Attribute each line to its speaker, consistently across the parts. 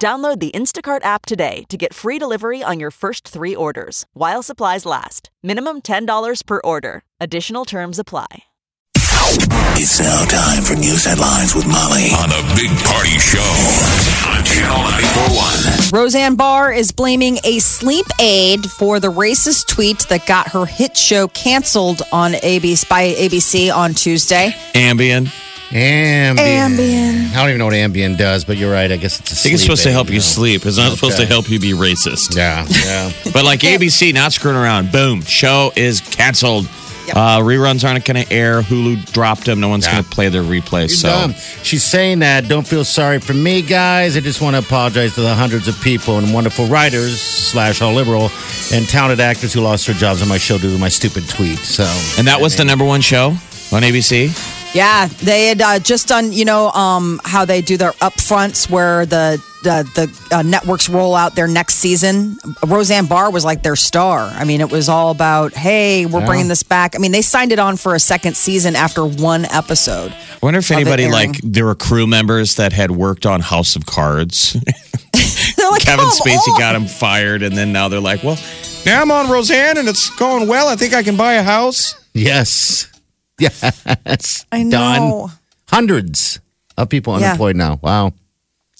Speaker 1: Download the Instacart app today to get free delivery on your first three orders while supplies last. Minimum $10 per order. Additional terms apply.
Speaker 2: It's now time for news headlines with Molly on the Big Party Show on Channel 941.
Speaker 3: Roseanne Barr is blaming a sleep aid for the racist tweet that got her hit show canceled on ABC by ABC on Tuesday.
Speaker 4: Ambien.
Speaker 5: Ambien.
Speaker 3: Ambien.
Speaker 5: I don't even know what Ambien does, but you're right. I guess it's a
Speaker 4: I think it's supposed to help you
Speaker 5: sleep
Speaker 4: sleep. It's not supposed to
Speaker 5: Okay.
Speaker 4: help you be racist.
Speaker 5: aid, you know? Yeah, yeah.
Speaker 4: But like ABC, not screwing around. Boom, show is canceled. Uh, reruns aren't going to air. Hulu dropped them. No one's going to play their replay.
Speaker 5: You're
Speaker 4: so
Speaker 5: dumb. She's saying that. Don't feel sorry for me, guys. I just want to apologize to the hundreds of people and wonderful writers slash all liberal and talented actors who lost their jobs on my show due to my stupid tweet. So,
Speaker 4: and that was the number one show on ABC.
Speaker 3: Yeah, they had uh, just done, you know, um, how they do their upfronts where the the, the uh, networks roll out their next season. Roseanne Barr was like their star. I mean, it was all about, hey, we're
Speaker 5: Yeah.
Speaker 3: bringing this back. I mean, they signed it on for a second season after one episode.
Speaker 4: I wonder if
Speaker 3: it
Speaker 4: anybody
Speaker 3: airing.
Speaker 4: like there were crew members that had worked on House of Cards.
Speaker 3: They're like,
Speaker 4: Kevin
Speaker 3: "Come
Speaker 4: Spacey
Speaker 3: on."
Speaker 4: got him fired, and then now they're like, well, now I'm on Roseanne, and it's going well. I think I can buy a house.
Speaker 5: yes. Yes.
Speaker 3: I
Speaker 5: Done.
Speaker 3: know.
Speaker 5: Hundreds of people
Speaker 3: Yeah.
Speaker 5: unemployed now. Wow.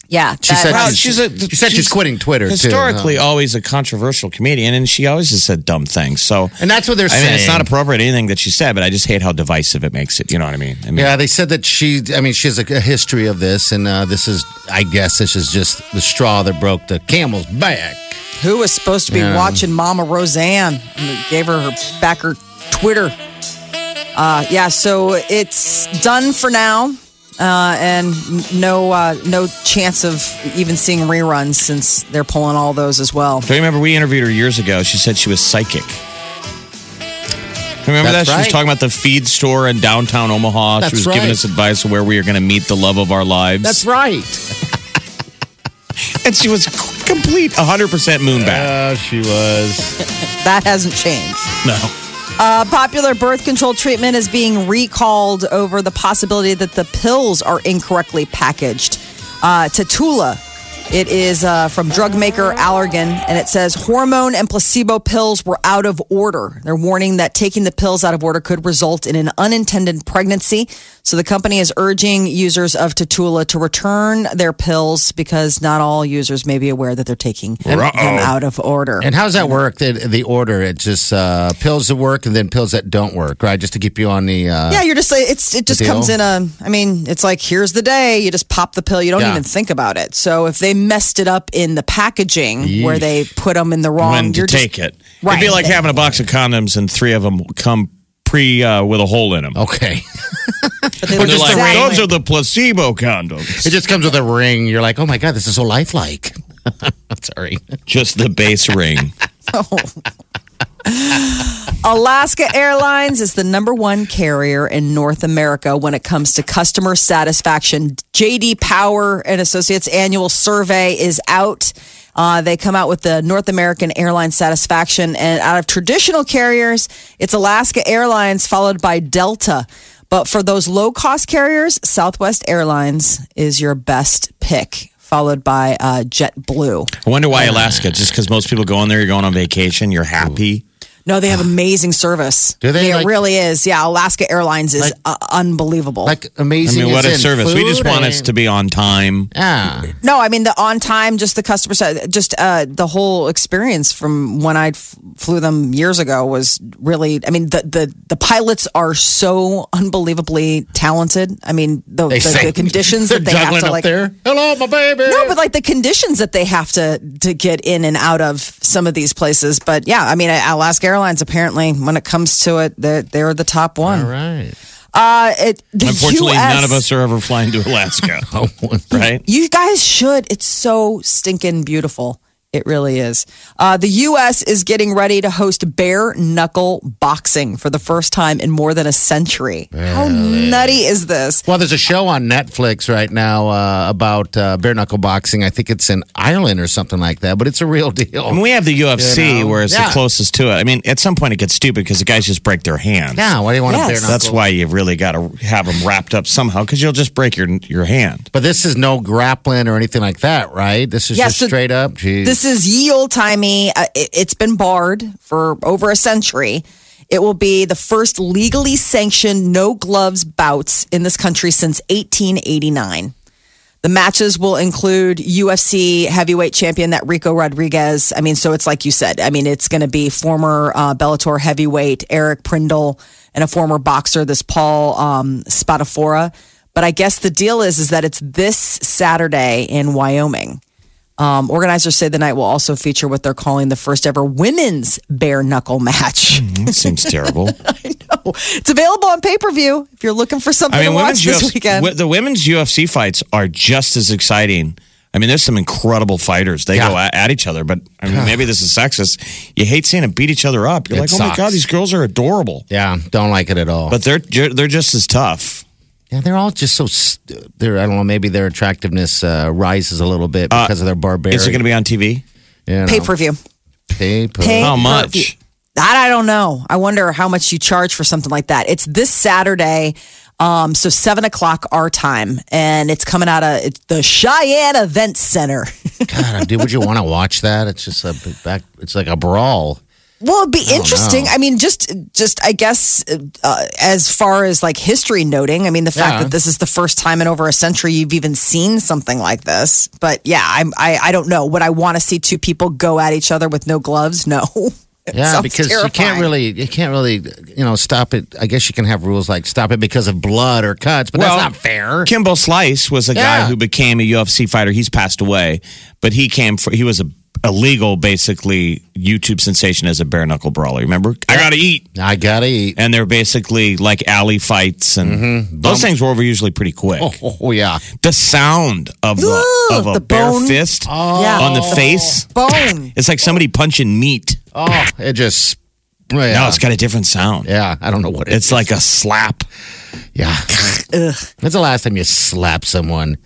Speaker 3: Yeah,
Speaker 5: She said,
Speaker 4: Wow,
Speaker 5: she's,
Speaker 4: she's a-
Speaker 5: she said she's,
Speaker 4: she's-
Speaker 5: quitting Twitter. too.
Speaker 4: Historically, always a controversial comedian, and she always has said dumb things. So
Speaker 5: And that's what they're
Speaker 4: I mean, it's
Speaker 5: saying.
Speaker 4: not appropriate anything that she said, but I just hate how divisive it makes it. You know what I mean? I mean
Speaker 5: Yeah, they said that she. I mean, she has a, a history of this, and uh, this is, I guess, this is just the straw that broke the camel's back.
Speaker 3: Who was supposed to be
Speaker 5: Yeah.
Speaker 3: watching Mama Roseanne? And it gave her, her back her Twitter. Uh, yeah, so it's done for now, uh, and n- no uh, no chance of even seeing reruns since they're pulling all those as well.
Speaker 4: do you remember we interviewed her years ago? She said she was psychic. Remember
Speaker 5: That's
Speaker 4: that? She was
Speaker 5: right.
Speaker 4: talking about the feed store in downtown Omaha.
Speaker 5: That's
Speaker 4: she was
Speaker 5: right.
Speaker 4: giving us advice on where we are going to meet the love of our lives.
Speaker 5: That's right.
Speaker 4: And she was c- complete 100% moonbat.
Speaker 5: Uh, she was.
Speaker 3: That hasn't changed.
Speaker 4: no.
Speaker 3: A Uh, popular birth control treatment is being recalled over the possibility that the pills are incorrectly packaged. Uh, Tatula, it is uh, from drug maker Allergan, and it says hormone and placebo pills were out of order. They're warning that taking the pills out of order could result in an unintended pregnancy. So the company is urging users of Tatula to return their pills because not all users may be aware that they're taking them out of order.
Speaker 5: And how's that work? The, the order. It's just uh, pills that work and then pills that don't work, right? Just to keep you on the. Uh,
Speaker 3: Yeah, you're just like it's it just
Speaker 5: deal.
Speaker 3: comes in a I mean, it's like here's the day, you just pop the pill, you don't
Speaker 5: Yeah.
Speaker 3: even think about it. So if they messed it up in the packaging where they put them in the wrong
Speaker 4: when to
Speaker 3: Um, you're just-
Speaker 4: take it.
Speaker 3: Right.
Speaker 4: It'd be like having a box of condoms and three of them come pre uh, with a hole in them.
Speaker 5: Okay.
Speaker 3: but they
Speaker 4: And
Speaker 3: look
Speaker 4: they're like,
Speaker 3: exactly-
Speaker 4: those are the placebo condoms.
Speaker 5: It just comes with a ring. You're like, oh my god, this is so lifelike. Sorry.
Speaker 4: Just the base ring.
Speaker 3: Alaska Airlines is the number one carrier in North America when it comes to customer satisfaction. JD Power and Associates annual survey is out. Uh, they come out with the North American Airline Satisfaction, and out of traditional carriers, it's Alaska Airlines followed by Delta. But for those low cost carriers, Southwest Airlines is your best pick, followed by uh, JetBlue.
Speaker 4: I wonder why Alaska. Just because most people go on there, you're going on vacation, you're happy.
Speaker 3: No, they have amazing service.
Speaker 5: Do they,
Speaker 3: Yeah,
Speaker 5: like-
Speaker 3: it really is. Yeah, Alaska Airlines is uh, unbelievable.
Speaker 5: Like
Speaker 4: I
Speaker 5: amazing.
Speaker 4: mean, what
Speaker 5: is
Speaker 4: a
Speaker 5: in
Speaker 4: service. We just
Speaker 5: food
Speaker 4: want
Speaker 5: and- Ah,
Speaker 4: us to be on time.
Speaker 5: Yeah.
Speaker 3: no, I mean the on time, just the customer side, just uh, the whole experience from when I f- flew them years ago was really. I mean the the, the pilots are so unbelievably talented. I mean the the,
Speaker 5: say-
Speaker 3: the conditions
Speaker 5: they're
Speaker 3: that they have
Speaker 5: juggling
Speaker 3: to
Speaker 5: up
Speaker 3: like.
Speaker 5: there. Hello, my baby.
Speaker 3: No, but like the conditions that they have to to get in and out of some of these places. But yeah, I mean Alaska Airlines apparently when it comes to it, they're they're the top one.
Speaker 5: All right.
Speaker 3: Uh, it, the
Speaker 4: Unfortunately,
Speaker 3: US,
Speaker 4: none of us are ever flying to Alaska,
Speaker 5: Oh,
Speaker 4: right?
Speaker 3: You guys should. It's so stinking beautiful. It really is. Uh, the U.S. is getting ready to host bare knuckle boxing for the first time in more than a century. How nutty is this?
Speaker 5: Well, there's a show on Netflix right now uh, about uh, bare knuckle boxing. I think it's in Ireland or something like that, but it's a real deal.
Speaker 4: And we have the UFC
Speaker 5: You know?
Speaker 4: where it's
Speaker 5: Yeah.
Speaker 4: the closest to it. I mean, at some point it gets stupid because the guys just break their hands.
Speaker 5: Yeah, why do you want
Speaker 3: Yes.
Speaker 5: a bare knuckle?
Speaker 4: That's why you really got to have them wrapped up somehow because you'll just break your your hand.
Speaker 5: But this is no grappling or anything like that, right? This is
Speaker 3: Yeah,
Speaker 5: just
Speaker 3: so
Speaker 5: straight up.
Speaker 3: This
Speaker 5: Jeez.
Speaker 3: is ye old timey. Uh, it, it's been barred for over a century. It will be the first legally sanctioned no gloves bouts in this country since 1889. The matches will include UFC heavyweight champion that Rico Rodriguez. I mean, so it's like you said. I mean, it's going to be former uh, Bellator heavyweight Eric Prindle and a former boxer, this Paul um, Spatafora. But I guess the deal is is that it's this Saturday in Wyoming. Um, organizers say the night will also feature what they're calling the first ever women's bare knuckle match. Oh,
Speaker 4: That seems terrible.
Speaker 3: It's available on pay per view if you're looking for something
Speaker 4: I mean,
Speaker 3: to watch
Speaker 4: women's
Speaker 3: this
Speaker 4: UFC,
Speaker 3: weekend.
Speaker 4: wi- the women's UFC fights are just as exciting. I mean, there's some incredible fighters. They go
Speaker 5: Yeah.
Speaker 4: at, at each other, but I mean, maybe this is sexist. You hate seeing them beat each other up. You're
Speaker 5: It
Speaker 4: like, oh my
Speaker 5: sucks.
Speaker 4: god, these girls are adorable,
Speaker 5: yeah, don't like it at all.
Speaker 4: but they're ju- they're just as tough.
Speaker 5: yeah, they're all just so. St- they're I don't know. Maybe their attractiveness uh, rises a little bit because of their barbarity.
Speaker 4: Uh, Is it going to be on TV?
Speaker 3: Pay per view.
Speaker 5: paper?
Speaker 3: Pay-
Speaker 4: How
Speaker 3: Pay-per-view.
Speaker 4: much?
Speaker 3: That I don't know. I wonder how much you charge for something like that. It's this Saturday, um, so seven o'clock our time, and it's coming out of it's the Cheyenne Event Center.
Speaker 5: God, dude, would you want to watch that? It's just a big back. It's like a brawl.
Speaker 3: Well, it'd be interesting. I mean, just, just I guess uh, as far as like history noting, I mean, the fact
Speaker 5: Yeah.
Speaker 3: that this is the first time in over a century you've even seen something like this. But yeah, I'm, I, I don't know. Would I want to see two people go at each other with no gloves? No. It
Speaker 5: Yeah,
Speaker 3: sounds
Speaker 5: because you
Speaker 3: terrifying.
Speaker 5: can't really, you can't really, you know, stop it. I guess you can have rules like stop it because of blood or cuts, but that's not fair.
Speaker 4: Kimbo Slice was a
Speaker 5: Yeah.
Speaker 4: guy who became a UFC fighter. He's passed away, but he came for he was a illegal, basically YouTube sensation as a bare knuckle brawler. Remember, I gotta eat,
Speaker 5: I gotta eat.
Speaker 4: and they're basically like alley fights, and those things were over usually pretty quick.
Speaker 5: Mm-hmm. Oh yeah,
Speaker 4: The sound of the
Speaker 3: Ooh,
Speaker 4: of a
Speaker 3: the
Speaker 4: bare
Speaker 3: bone. Oh.
Speaker 4: fist
Speaker 3: Yeah.
Speaker 4: on the face,
Speaker 3: bone.
Speaker 4: it's like somebody punching meat.
Speaker 5: oh, it just.
Speaker 4: No,
Speaker 5: Yeah,
Speaker 4: it's got a different sound.
Speaker 5: yeah. I don't know what it
Speaker 4: It's like a slap.
Speaker 5: Yeah. That's the last time you slap someone.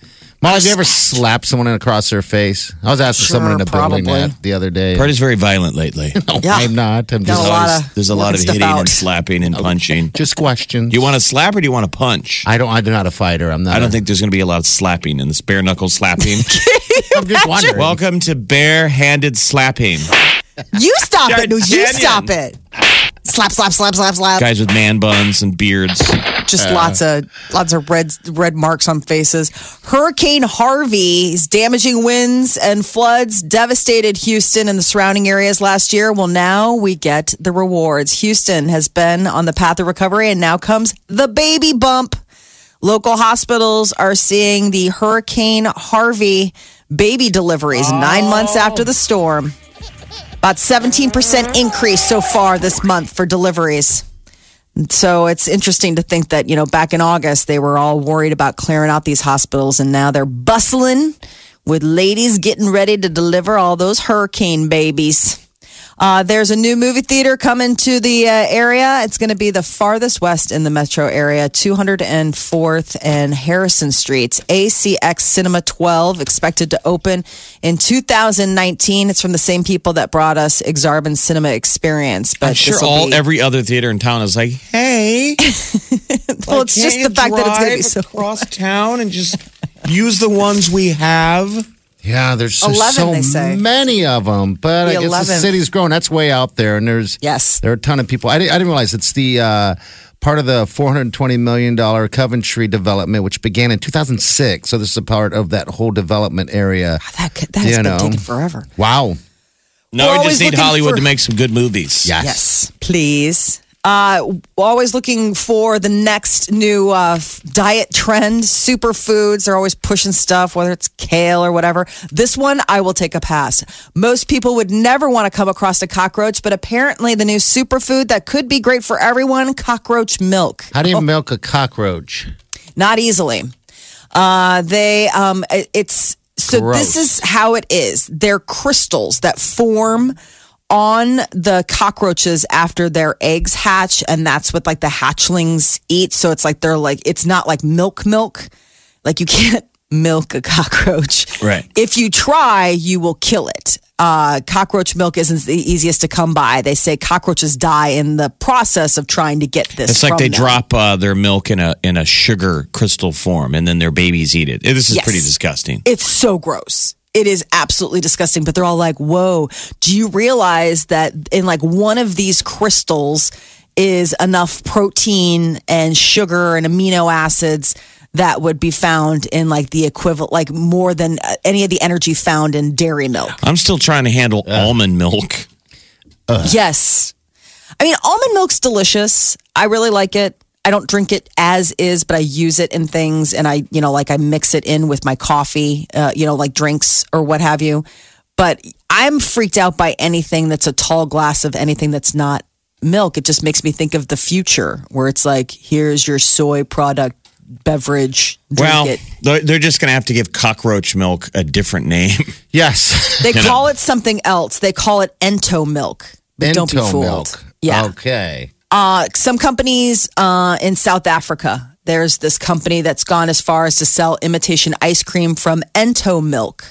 Speaker 5: Molly, have you ever slapped someone across their face? I was asking someone in
Speaker 3: Sure,
Speaker 5: the building
Speaker 3: probably.
Speaker 5: that the other day.
Speaker 4: Party's very violent lately.
Speaker 3: Yeah.
Speaker 5: I'm not. I'm
Speaker 3: Got
Speaker 5: just,
Speaker 3: a lot of
Speaker 4: there's a lot of
Speaker 3: working stuff
Speaker 4: hitting
Speaker 3: out.
Speaker 4: and slapping and punching.
Speaker 5: just questions.
Speaker 4: You want to slap or do you want to punch?
Speaker 5: I don't. I'm not a fighter. I'm not.
Speaker 4: I don't
Speaker 5: a-
Speaker 4: think there's going to be a lot of slapping in this bare knuckle slapping.
Speaker 5: I'm just wondering.
Speaker 4: Welcome to bare handed slapping.
Speaker 3: You stop it. No, you
Speaker 4: D'Artagnan.
Speaker 3: stop it. Slap, slap, slap, slap, slap.
Speaker 4: Guys with man buns and beards.
Speaker 3: Just lots of lots of red red marks on faces. Hurricane Harvey's damaging winds and floods devastated Houston and the surrounding areas last year. Well, now we get the rewards. Houston has been on the path of recovery, and now comes the baby bump. Local hospitals are seeing the Hurricane Harvey baby deliveries nine months after the storm. About 17% increase so far this month for deliveries. So it's interesting to think that, you know, back in August, they were all worried about clearing out these hospitals, and now they're bustling with ladies getting ready to deliver all those hurricane babies. Uh, there's a new movie theater coming to the uh, area. It's going to be the farthest west in the metro area, 204th and Harrison Streets. ACX Cinema 12, expected to open in 2019. It's from the same people that brought us Exarban Cinema Experience. But
Speaker 4: I'm sure
Speaker 3: this will
Speaker 4: all
Speaker 3: be-
Speaker 4: every other theater in town is like, hey,
Speaker 3: well, it's
Speaker 4: can't
Speaker 3: just
Speaker 4: you
Speaker 3: the fact that it's going to be
Speaker 4: drive
Speaker 3: so
Speaker 4: across town and just use the ones we have.
Speaker 5: Yeah, there's so,
Speaker 3: 11,
Speaker 5: so
Speaker 3: they say.
Speaker 5: many of them, but I
Speaker 3: The
Speaker 5: guess
Speaker 3: 11th.
Speaker 5: the city's growing. That's way out there, and there's
Speaker 3: Yes.
Speaker 5: there are a ton of people. I, di- I didn't realize it's the uh, part of the 420 million dollar Coventry development, which began in 2006. So this is a part of that whole development area.
Speaker 3: Oh, That, could- that has
Speaker 5: You
Speaker 3: been
Speaker 5: know.
Speaker 3: taking forever.
Speaker 5: Wow.
Speaker 4: No,
Speaker 3: We're
Speaker 4: we
Speaker 3: always
Speaker 4: just need
Speaker 3: looking
Speaker 4: Hollywood
Speaker 3: for-
Speaker 4: to make some good movies.
Speaker 5: Yes.
Speaker 3: Yes, please. Uh, always looking for the next new uh, f- diet trend. Superfoods, they're always pushing stuff, whether it's kale or whatever. This one, I will take a pass. Most people would never want to come across a cockroach, but apparently, the new superfood that could be great for everyone cockroach milk.
Speaker 5: How do you milk a cockroach?
Speaker 3: Not easily. Uh, they, um, it- it's So
Speaker 5: Gross.
Speaker 3: this is how it is. They're crystals that form on the cockroaches after their eggs hatch, and that's what like the hatchlings eat. So it's like they're like it's not like milk milk. Like you can't milk a cockroach.
Speaker 4: Right.
Speaker 3: If you try, you will kill it. Uh, cockroach milk isn't the easiest to come by. They say cockroaches die in the process of trying to get this.
Speaker 4: It's like
Speaker 3: from
Speaker 4: they
Speaker 3: them.
Speaker 4: drop uh, their milk in a in a sugar crystal form, and then their babies eat it. This is
Speaker 3: Yes.
Speaker 4: pretty disgusting.
Speaker 3: It's so gross. It is absolutely disgusting, but they're all like, whoa, do you realize that in like one of these crystals is enough protein and sugar and amino acids that would be found in like the equivalent, like more than uh, any of the energy found in dairy milk?
Speaker 4: I'm still trying to handle almond milk.
Speaker 3: Yes. I mean, almond milk's delicious. I really like it. I don't drink it as is, but I use it in things and I, you know, like I mix it in with my coffee, uh, you know, like drinks or what have you. But I'm freaked out by anything that's a tall glass of anything that's not milk. It just makes me think of the future where it's like, here's your soy product beverage. Drink
Speaker 4: well,
Speaker 3: it.
Speaker 4: they're, they're just going to have to give cockroach milk a different name.
Speaker 5: Yes.
Speaker 3: They call it something else. They call it ento milk. But don't be
Speaker 5: Bento
Speaker 3: fooled.
Speaker 5: milk.
Speaker 3: Yeah.
Speaker 5: Okay.
Speaker 3: Uh, some companies uh, in South Africa, there's this company that's gone as far as to sell imitation ice cream from Ento milk.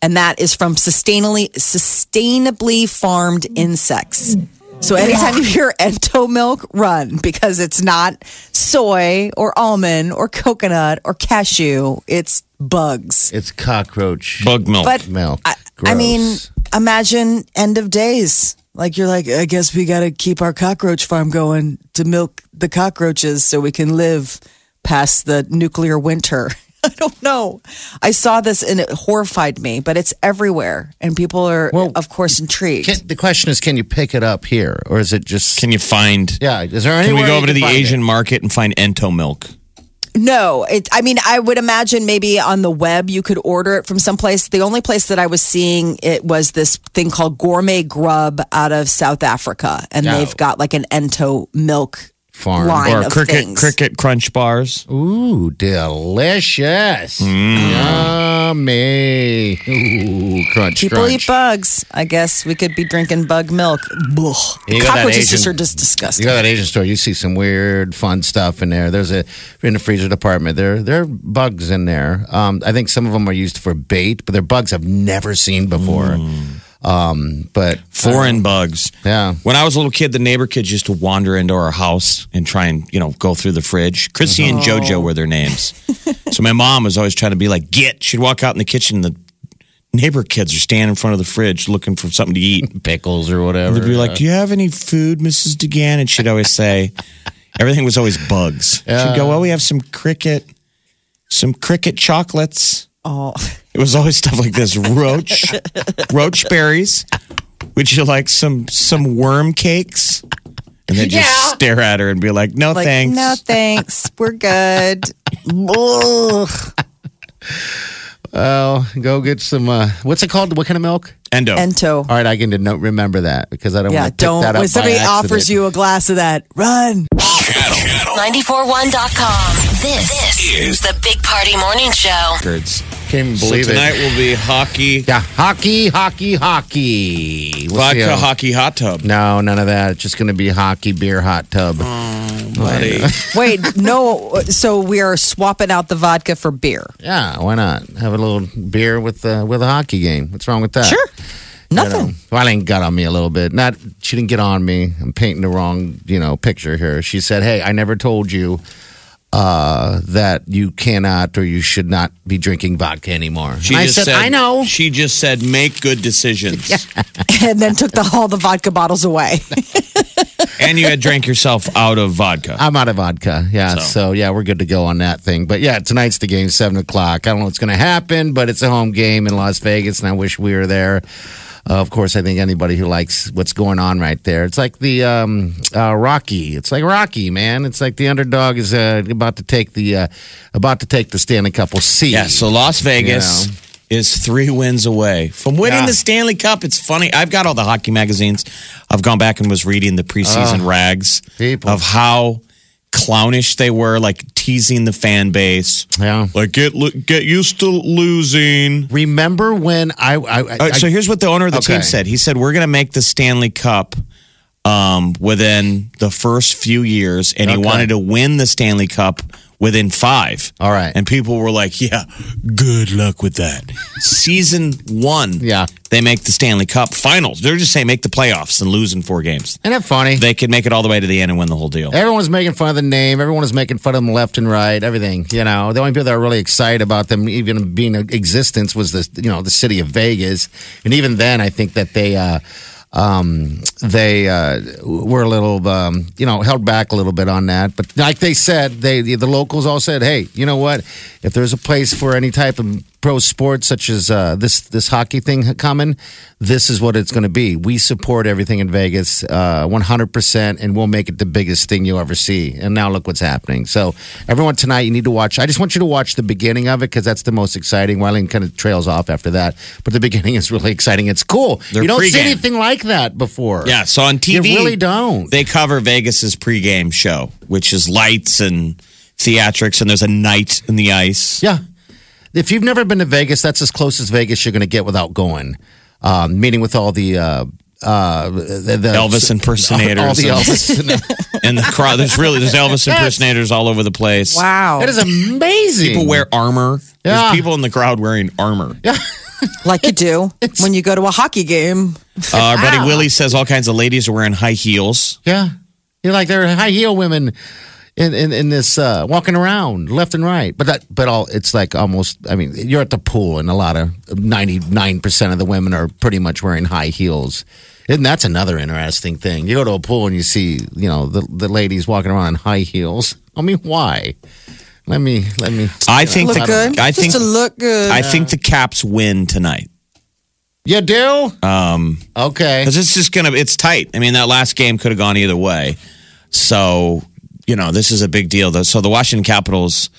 Speaker 3: And that is from sustainably, sustainably farmed insects. So anytime you hear Ento milk, run because it's not soy or almond or coconut or cashew. It's bugs.
Speaker 5: It's cockroach
Speaker 4: Bug milk.
Speaker 3: But
Speaker 5: milk.
Speaker 3: I, I mean,
Speaker 5: Gross.
Speaker 3: imagine end of days. Like you're like, I guess we got to keep our cockroach farm going to milk the cockroaches so we can live past the nuclear winter. I don't know. I saw this and it horrified me, but it's everywhere, and people are,
Speaker 5: Well,
Speaker 3: of course, intrigued.
Speaker 5: Can, the question is, can you pick it up here, or is it just?
Speaker 4: can you find?
Speaker 5: yeah. Is there any?
Speaker 4: Can we go over to the Asian market and find ento milk?
Speaker 3: No, it, I mean, I would imagine maybe on the web you could order it from someplace. The only place that I was seeing it was this thing called Gourmet Grub out of South Africa, and
Speaker 5: Oh.
Speaker 3: they've got like an Ento milk
Speaker 5: Farm.
Speaker 3: line
Speaker 4: Or
Speaker 3: of
Speaker 4: cricket
Speaker 3: things.
Speaker 4: cricket crunch bars?
Speaker 5: Ooh, delicious. Mm. Yummy. Ooh, crunch,
Speaker 3: People eat
Speaker 5: crunch.
Speaker 3: bugs. I guess we could be drinking bug milk. Ugh.
Speaker 5: You got that
Speaker 3: Cockroaches just
Speaker 5: Asian-
Speaker 3: are just
Speaker 5: You
Speaker 3: disgusting.
Speaker 5: go to that Asian store, you see some weird, fun stuff in there. There's a in the freezer department. There, there are bugs in there. Um, I think some of them are used for bait, but they're bugs I've never seen before. Um, but
Speaker 4: Foreign bugs.
Speaker 5: Yeah.
Speaker 4: When I was a little kid, the neighbor kids used to wander into our house and try and, you know, go through the fridge. Chrissy and JoJo were their names. so my mom was always trying to be like, get. She'd walk out in the kitchen and the neighbor kids are standing in front of the fridge looking for something to eat.
Speaker 5: pickles or whatever.
Speaker 4: They'd be like, do you have any food, Mrs. DeGan? And she'd always say, everything was always bugs. She'd go, well, we have some cricket, some cricket chocolates.
Speaker 3: Oh,
Speaker 4: It was always stuff like this: roach, roach berries. Would you like some some worm cakes? And then just stare at her and be like, "No
Speaker 3: like
Speaker 4: thanks."
Speaker 3: no thanks. We're good. Ugh.
Speaker 5: oh, go get some. Uh, what's it called? What kind of milk?
Speaker 4: Endo.
Speaker 3: Ento.
Speaker 5: All right, I can not remember that because Oh, I don't
Speaker 3: Yeah,
Speaker 5: want to pick
Speaker 3: don't.
Speaker 5: that up.
Speaker 3: When
Speaker 5: by
Speaker 3: somebody
Speaker 5: accident.
Speaker 3: offers you a glass of that, run.
Speaker 2: Channel
Speaker 6: 941.com. This, this is the Big Party Morning Show.
Speaker 4: Records.
Speaker 5: can't even
Speaker 4: So
Speaker 5: believe
Speaker 4: tonight
Speaker 5: it.
Speaker 4: will be hockey,
Speaker 5: Yeah, hockey, hockey, hockey. We'll see
Speaker 4: vodka
Speaker 5: how-
Speaker 4: hockey hot tub.
Speaker 5: No, none of that. It's just going to be hockey, beer, hot tub.
Speaker 4: Uh-huh. Buddy.
Speaker 3: Wait, no. So we are swapping out the vodka for beer.
Speaker 5: Yeah, why not have a little beer with uh, with a hockey game? What's wrong with that? um,
Speaker 3: Sure.
Speaker 5: You know,
Speaker 3: Nothing.
Speaker 5: Wileen got on me a little bit. Not she didn't get on me. I'm painting the wrong you know picture here. She said, "Hey, I never told you uh, that you cannot or you should not be drinking vodka anymore."
Speaker 4: She
Speaker 5: And I
Speaker 4: just
Speaker 5: said, "I know."
Speaker 4: She just said, "Make good decisions."
Speaker 3: And then took the all the vodka bottles away.
Speaker 4: And you had drank yourself out of vodka.
Speaker 5: I'm out of vodka. Yeah. So. yeah, we're good to go on that thing. But yeah, tonight's the game, seven o'clock. I don't know what's going to happen, but it's a home game in Las Vegas, and I wish we were there. Uh, of course, I think anybody who likes what's going on right there, it's like the um, uh, Rocky. It's like Rocky, man. It's like the underdog is uh, about to take the uh, about to take the Stanley Cup. We'll see.
Speaker 4: Yeah, so Las Vegas
Speaker 5: You
Speaker 4: is three wins away from winning
Speaker 5: Yeah.
Speaker 4: the Stanley Cup. It's funny. I've got all the hockey magazines. I've gone back and was reading the preseason rags
Speaker 5: people.
Speaker 4: of how clownish they were, like teasing the fan base.
Speaker 5: Yeah.
Speaker 4: Like get lo- get used to losing.
Speaker 5: Remember when I? I, I,
Speaker 4: All right, so
Speaker 5: I-
Speaker 4: here's what the owner of the
Speaker 5: Okay.
Speaker 4: team said. He said, "We're going to make the Stanley Cup um, within the first few years," and he
Speaker 5: Okay.
Speaker 4: wanted to win the Stanley Cup within five.
Speaker 5: All right.
Speaker 4: and people were like, "Yeah, good luck with that." Season one,
Speaker 5: Yeah.
Speaker 4: they make the Stanley Cup finals. They're just saying make the playoffs and lose in four games.
Speaker 5: Isn't that funny?
Speaker 4: They could make it all the way to the end and win the whole deal.
Speaker 5: Everyone's making fun of the name. Everyone is making fun of them left and right. Everything, you know. The only people that are really excited about them even being in existence was the, you know, the city of Vegas. And even then, I think that they, uh, um, they uh, were a little, um, you know, held back a little bit on that. But like they said, they the locals all said, "Hey, you know what? If there's a place for any type of pro sports such as uh, this this hockey thing coming, this is what it's going to be. We support everything in Vegas, uh, 100%, and we'll make it the biggest thing you ever see." And now look what's happening. So everyone tonight, you need to watch. I just want you to watch the beginning of it because that's the most exciting. Wyland kind of trails off after that, but the beginning is really exciting. It's cool.
Speaker 4: Their
Speaker 5: you don't see
Speaker 4: pregame.
Speaker 5: anything like that before.
Speaker 4: Yeah, so on
Speaker 5: You
Speaker 4: TV,
Speaker 5: really don't.
Speaker 4: They cover Vegas's pregame show, which is lights and theatrics, and there's a night in the ice.
Speaker 5: Yeah. If you've never been to Vegas, that's as close as Vegas you're going to get without going. Um, meeting with all the uh, uh, the, the
Speaker 4: Elvis impersonators.
Speaker 5: All, the Elvis.
Speaker 4: And the crowd, there's really there's Elvis impersonators all over the place.
Speaker 3: Wow.
Speaker 5: that is amazing.
Speaker 4: People wear armor.
Speaker 5: Yeah.
Speaker 4: There's people in the crowd wearing armor.
Speaker 3: like you do when you go to a hockey game.
Speaker 4: Uh, our buddy Willie says all kinds of ladies are wearing high heels.
Speaker 5: Yeah, you're like they're high heel women in in, in this uh, walking around left and right. But that but all it's like almost. I mean, you're at the pool, and a lot of ninety nine percent of the women are pretty much wearing high heels. And that's another interesting thing. You go to a pool and you see, you know, the, the ladies walking around in high heels. I mean, why? Let me, let me.
Speaker 4: I think
Speaker 3: Look
Speaker 4: the,
Speaker 3: good.
Speaker 4: I think
Speaker 3: Just to look good.
Speaker 4: I think the Caps win tonight.
Speaker 5: You do? Um. Okay.
Speaker 4: Because it's just going to, it's tight. I mean, that last game could have gone either way. So, you know, this is a big deal. though. So the Washington Capitals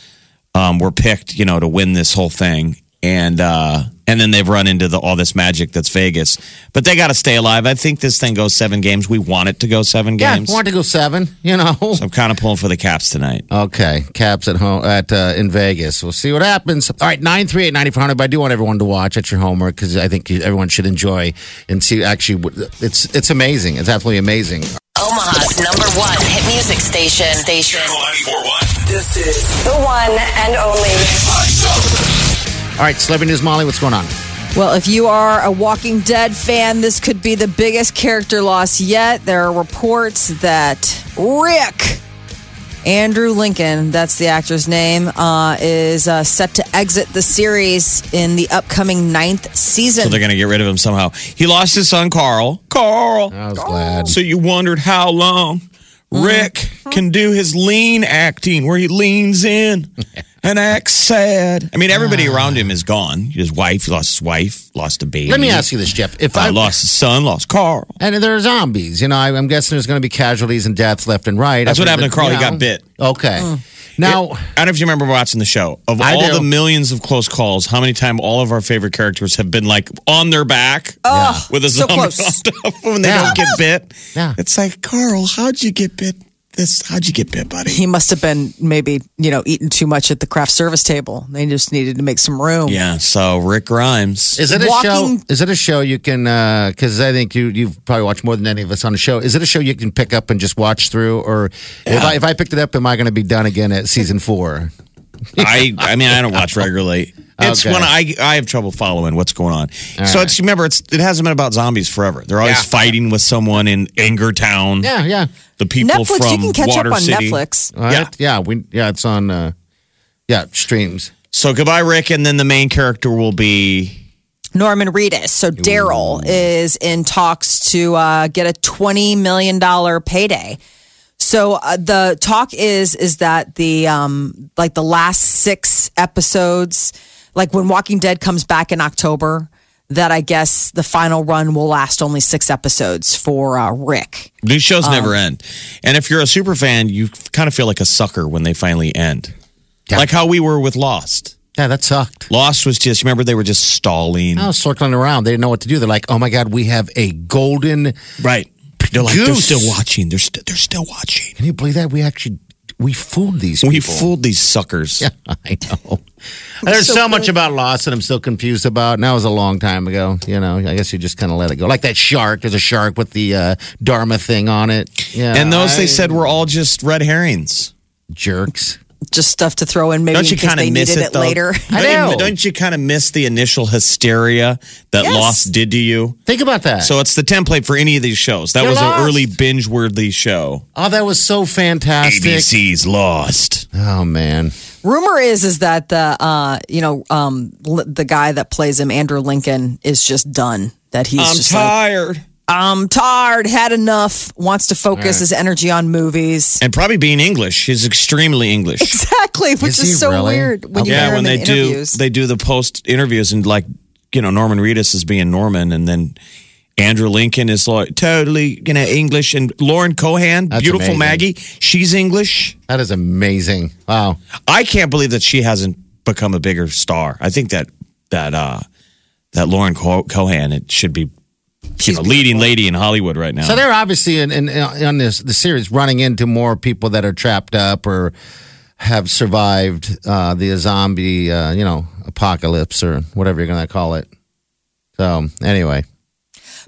Speaker 4: um, were picked, you know, to win this whole thing. And, uh, and then they've run into the, all this magic that's Vegas, but they got to stay alive. I think this thing goes seven games. We want it to go seven
Speaker 5: Yeah,
Speaker 4: games.
Speaker 5: want to go seven? You know.
Speaker 4: I'm kind of pulling for the Caps tonight.
Speaker 5: Okay, Caps at home at uh, in Vegas. We'll see what happens. All right, nine three eight ninety four hundred. But I do want everyone to watch at your homework because I think you- everyone should enjoy and see. Actually, what- it's it's amazing. It's absolutely amazing.
Speaker 6: Omaha's number one hit music station. Station.
Speaker 2: This is
Speaker 7: The one and only.
Speaker 5: All right, celebrity news, Molly. What's going on?
Speaker 3: Well, if you are a Walking Dead fan, this could be the biggest character loss yet. There are reports that Rick Andrew Lincoln, that's the actor's name, uh, is uh, set to exit the series in the upcoming ninth season.
Speaker 4: So they're going to get rid of him somehow. He lost his son, Carl. Carl.
Speaker 5: I was glad.
Speaker 4: So you wondered how long Rick
Speaker 5: Uh-huh.
Speaker 4: can do his lean acting, where he leans in and acts sad. I mean,
Speaker 5: Ah.
Speaker 4: everybody around him is gone. His wife, he lost his wife, lost a baby.
Speaker 5: Let me ask you this, Jeff. If
Speaker 4: Uh,
Speaker 5: I
Speaker 4: lost his son, lost Carl.
Speaker 5: and there are zombies, you know, I, I'm guessing there's going to be casualties and deaths left and right.
Speaker 4: That's what
Speaker 5: I've heard
Speaker 4: happened to Carl.
Speaker 5: that,
Speaker 4: He
Speaker 5: you
Speaker 4: got bit.
Speaker 5: Okay. Now,
Speaker 4: I don't know if you remember watching the show. Of
Speaker 5: I
Speaker 4: all
Speaker 5: do.
Speaker 4: the millions of close calls, how many times all of our favorite characters have been like on their back with a
Speaker 3: so
Speaker 4: zombie
Speaker 3: close.
Speaker 4: on top of them and they
Speaker 5: Oh, Yeah.
Speaker 4: don't get bit?
Speaker 5: Yeah.
Speaker 4: It's like, Carl, how'd you get bit? This, how'd you get bit, buddy?
Speaker 3: he must have been maybe, you know, eating too much at the craft service table. They just needed to make some room.
Speaker 4: Yeah, so Rick Grimes.
Speaker 5: Is it a
Speaker 3: Walking-
Speaker 5: show? Is it a show you can? Because I think you you've probably watched more than any of us on the show. Is it a show you can pick up and just watch through, or if I if I picked it up, am I going to be done again at season four?
Speaker 4: I I mean I don't watch regularly. It's
Speaker 5: Okay.
Speaker 4: when I I have trouble following what's going on. so it's remember it's it hasn't been about zombies forever. They're always fighting with someone in Anger Town.
Speaker 5: Yeah, yeah,
Speaker 4: The people
Speaker 3: Netflix,
Speaker 4: from
Speaker 3: you can catch
Speaker 4: Water
Speaker 3: up on
Speaker 4: City.
Speaker 3: Netflix.
Speaker 5: All right.
Speaker 4: Yeah.
Speaker 5: yeah. We yeah, it's on. Uh, yeah, streams.
Speaker 4: So goodbye, Rick, and then the main character will be
Speaker 3: Norman Reedus. So Daryl is in talks to uh, get a twenty million dollar payday. So uh, the talk is is that the um, like the last six episodes, like when Walking Dead comes back in October, that I guess the final run will last only six episodes for uh, Rick.
Speaker 4: these shows
Speaker 3: Uh-huh.
Speaker 4: never end. And if you're a super fan, you kind of feel like a sucker when they finally end.
Speaker 5: Yeah.
Speaker 4: Like how we were with Lost.
Speaker 5: Yeah, that sucked.
Speaker 4: Lost was just remember they were just stalling.
Speaker 3: Oh,
Speaker 5: I was circling around. They didn't know what to do. They're like, oh my god, we have a golden.
Speaker 4: Right. They're like
Speaker 5: Goose.
Speaker 4: they're still watching. They're st- they're still watching.
Speaker 5: Can you believe that we actually we fooled these
Speaker 4: We
Speaker 5: people.
Speaker 4: fooled these suckers.
Speaker 5: Yeah, I know. There's so, much about Lost that I'm still confused about. And that was a long time ago. You know, I guess you just kind of let it go. Like that shark. There's a shark with the uh, Dharma thing on it. Yeah,
Speaker 4: And those
Speaker 5: I-
Speaker 4: they said were all just red herrings.
Speaker 5: jerks.
Speaker 3: Just stuff to throw in maybe
Speaker 4: Don't you
Speaker 3: in case
Speaker 4: kind
Speaker 3: they
Speaker 4: of miss
Speaker 3: needed
Speaker 4: it,
Speaker 3: it,
Speaker 4: though?
Speaker 3: later.
Speaker 5: I
Speaker 4: Don't you-
Speaker 5: know.
Speaker 4: Don't you kind of miss the initial hysteria that
Speaker 3: Yes.
Speaker 4: Lost did to you?
Speaker 5: Think about that.
Speaker 4: So it's the template for any of these shows. That
Speaker 5: You're
Speaker 4: was
Speaker 5: lost.
Speaker 4: an early binge-worthy show.
Speaker 5: oh, that was so fantastic.
Speaker 4: ABC's Lost.
Speaker 5: Oh man.
Speaker 3: Rumor is is that the uh, you know um, l- the guy that plays him, Andrew Lincoln, is just done. That he's
Speaker 4: I'm
Speaker 3: just like,
Speaker 4: tired.
Speaker 3: I'm tired, had enough, wants to focus his energy on movies.
Speaker 4: and probably being English. He's extremely English.
Speaker 3: Exactly, which
Speaker 5: Is
Speaker 3: is,
Speaker 5: he
Speaker 3: so
Speaker 5: really?
Speaker 3: weird when you
Speaker 4: yeah,
Speaker 3: hear him
Speaker 4: when they
Speaker 3: in interviews.
Speaker 4: do they do the post interviews and like you know Norman Reedus is being Norman and then Andrew Lincoln is like totally you know English and Lauren Cohan,
Speaker 5: That's
Speaker 4: beautiful
Speaker 5: amazing.
Speaker 4: Maggie, she's English.
Speaker 5: That is amazing. Wow.
Speaker 4: I can't believe that she hasn't become a bigger star. I think that that uh that Lauren Co- Cohan it should be you know, leading lady in Hollywood right now.
Speaker 5: So they're obviously in, in, on this the series running into more people that are trapped up or have survived uh, the zombie, uh, you know, apocalypse or whatever you're going to call it. So anyway,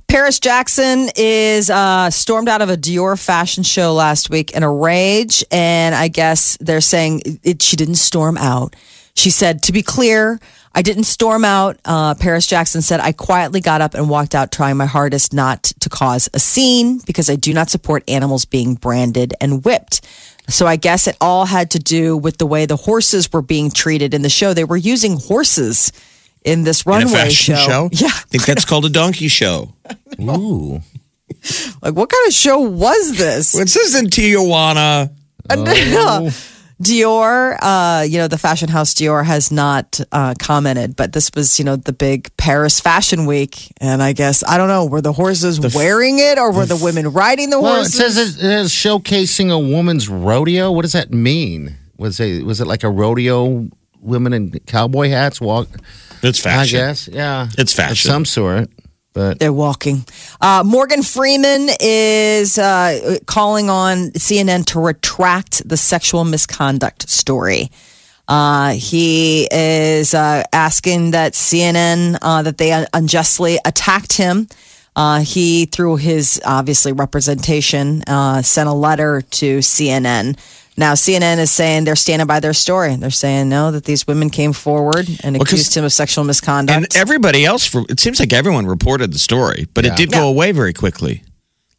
Speaker 3: Paris Jackson is uh, stormed out of a Dior fashion show last week in a rage, and I guess they're saying it, she didn't storm out. She said, "To be clear, I didn't storm out." Uh, Paris Jackson said, "I quietly got up and walked out, trying my hardest not to cause a scene because I do not support animals being branded and whipped." So I guess it all had to do with the way the horses were being treated in the show. They were using horses in this
Speaker 4: in a
Speaker 3: runway
Speaker 4: fashion show.
Speaker 3: Yeah.
Speaker 4: I think that's called a donkey show.
Speaker 5: ooh,
Speaker 3: Like, what kind of show was this?
Speaker 4: This isn't Tijuana.
Speaker 5: oh.
Speaker 3: Dior, uh, you know, the fashion house Dior has not uh, commented, but this was, you know, the big Paris Fashion Week. And I guess, I don't know, were the horses wearing it or were the women riding the
Speaker 5: well, it
Speaker 3: horses?
Speaker 5: says it is showcasing a woman's rodeo. What does that mean? Was it was it like a rodeo? Women in cowboy hats walk.
Speaker 4: It's fashion.
Speaker 5: I guess, yeah,
Speaker 4: It's
Speaker 5: of
Speaker 4: fashion.
Speaker 5: some sort. But
Speaker 3: They're walking. Uh, Morgan Freeman is uh, calling on CNN to retract the sexual misconduct story. Uh, he is uh, asking that CNN uh, that they unjustly attacked him. Uh, he, through his obviously representation, uh, sent a letter to CNN. Now CNN is saying they're standing by their story. They're saying no that these women came forward and
Speaker 4: Well, 'cause-
Speaker 3: accused him of sexual misconduct.
Speaker 4: And everybody else, it seems like everyone reported the story, but it did go away very quickly.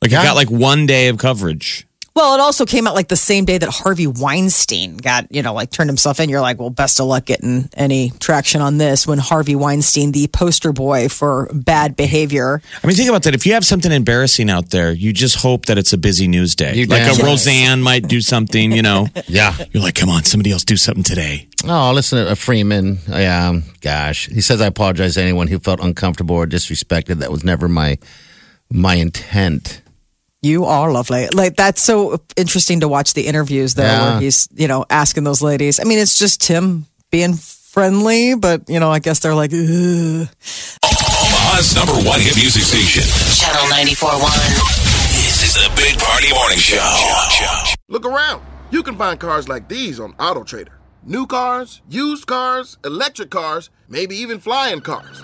Speaker 4: Like it got like one day of coverage.
Speaker 3: Well, it also came out like the same day that Harvey Weinstein got, you know, like turned himself in. You're like, well, best of luck getting any traction on this when Harvey Weinstein, the poster boy for bad behavior.
Speaker 4: I mean, think about that. If you have something embarrassing out there, you just hope that it's a busy news day.
Speaker 5: You
Speaker 4: like a
Speaker 5: damn right.
Speaker 4: Roseanne might do something, you know.
Speaker 5: yeah,
Speaker 4: You're like, come on, somebody else do something today.
Speaker 5: Oh, listen to uh, Freeman. Yeah, um, gosh, he says I apologize to anyone who felt uncomfortable or disrespected. That was never my my intent.
Speaker 3: You are lovely. Like that's so interesting to watch the interviews though,
Speaker 5: Yeah.
Speaker 3: where he's, you know, asking those ladies. I mean, it's just him being friendly, but you know, I guess they're like, Ugh.
Speaker 2: Omaha's number one hit music station.
Speaker 6: Channel 94.1.
Speaker 2: This is the Big Party Morning Show.
Speaker 7: Look around. You can find cars like these on AutoTrader. New cars, used cars, electric cars, maybe even flying cars.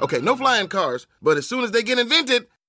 Speaker 7: Okay, no flying cars, but as soon as they get invented,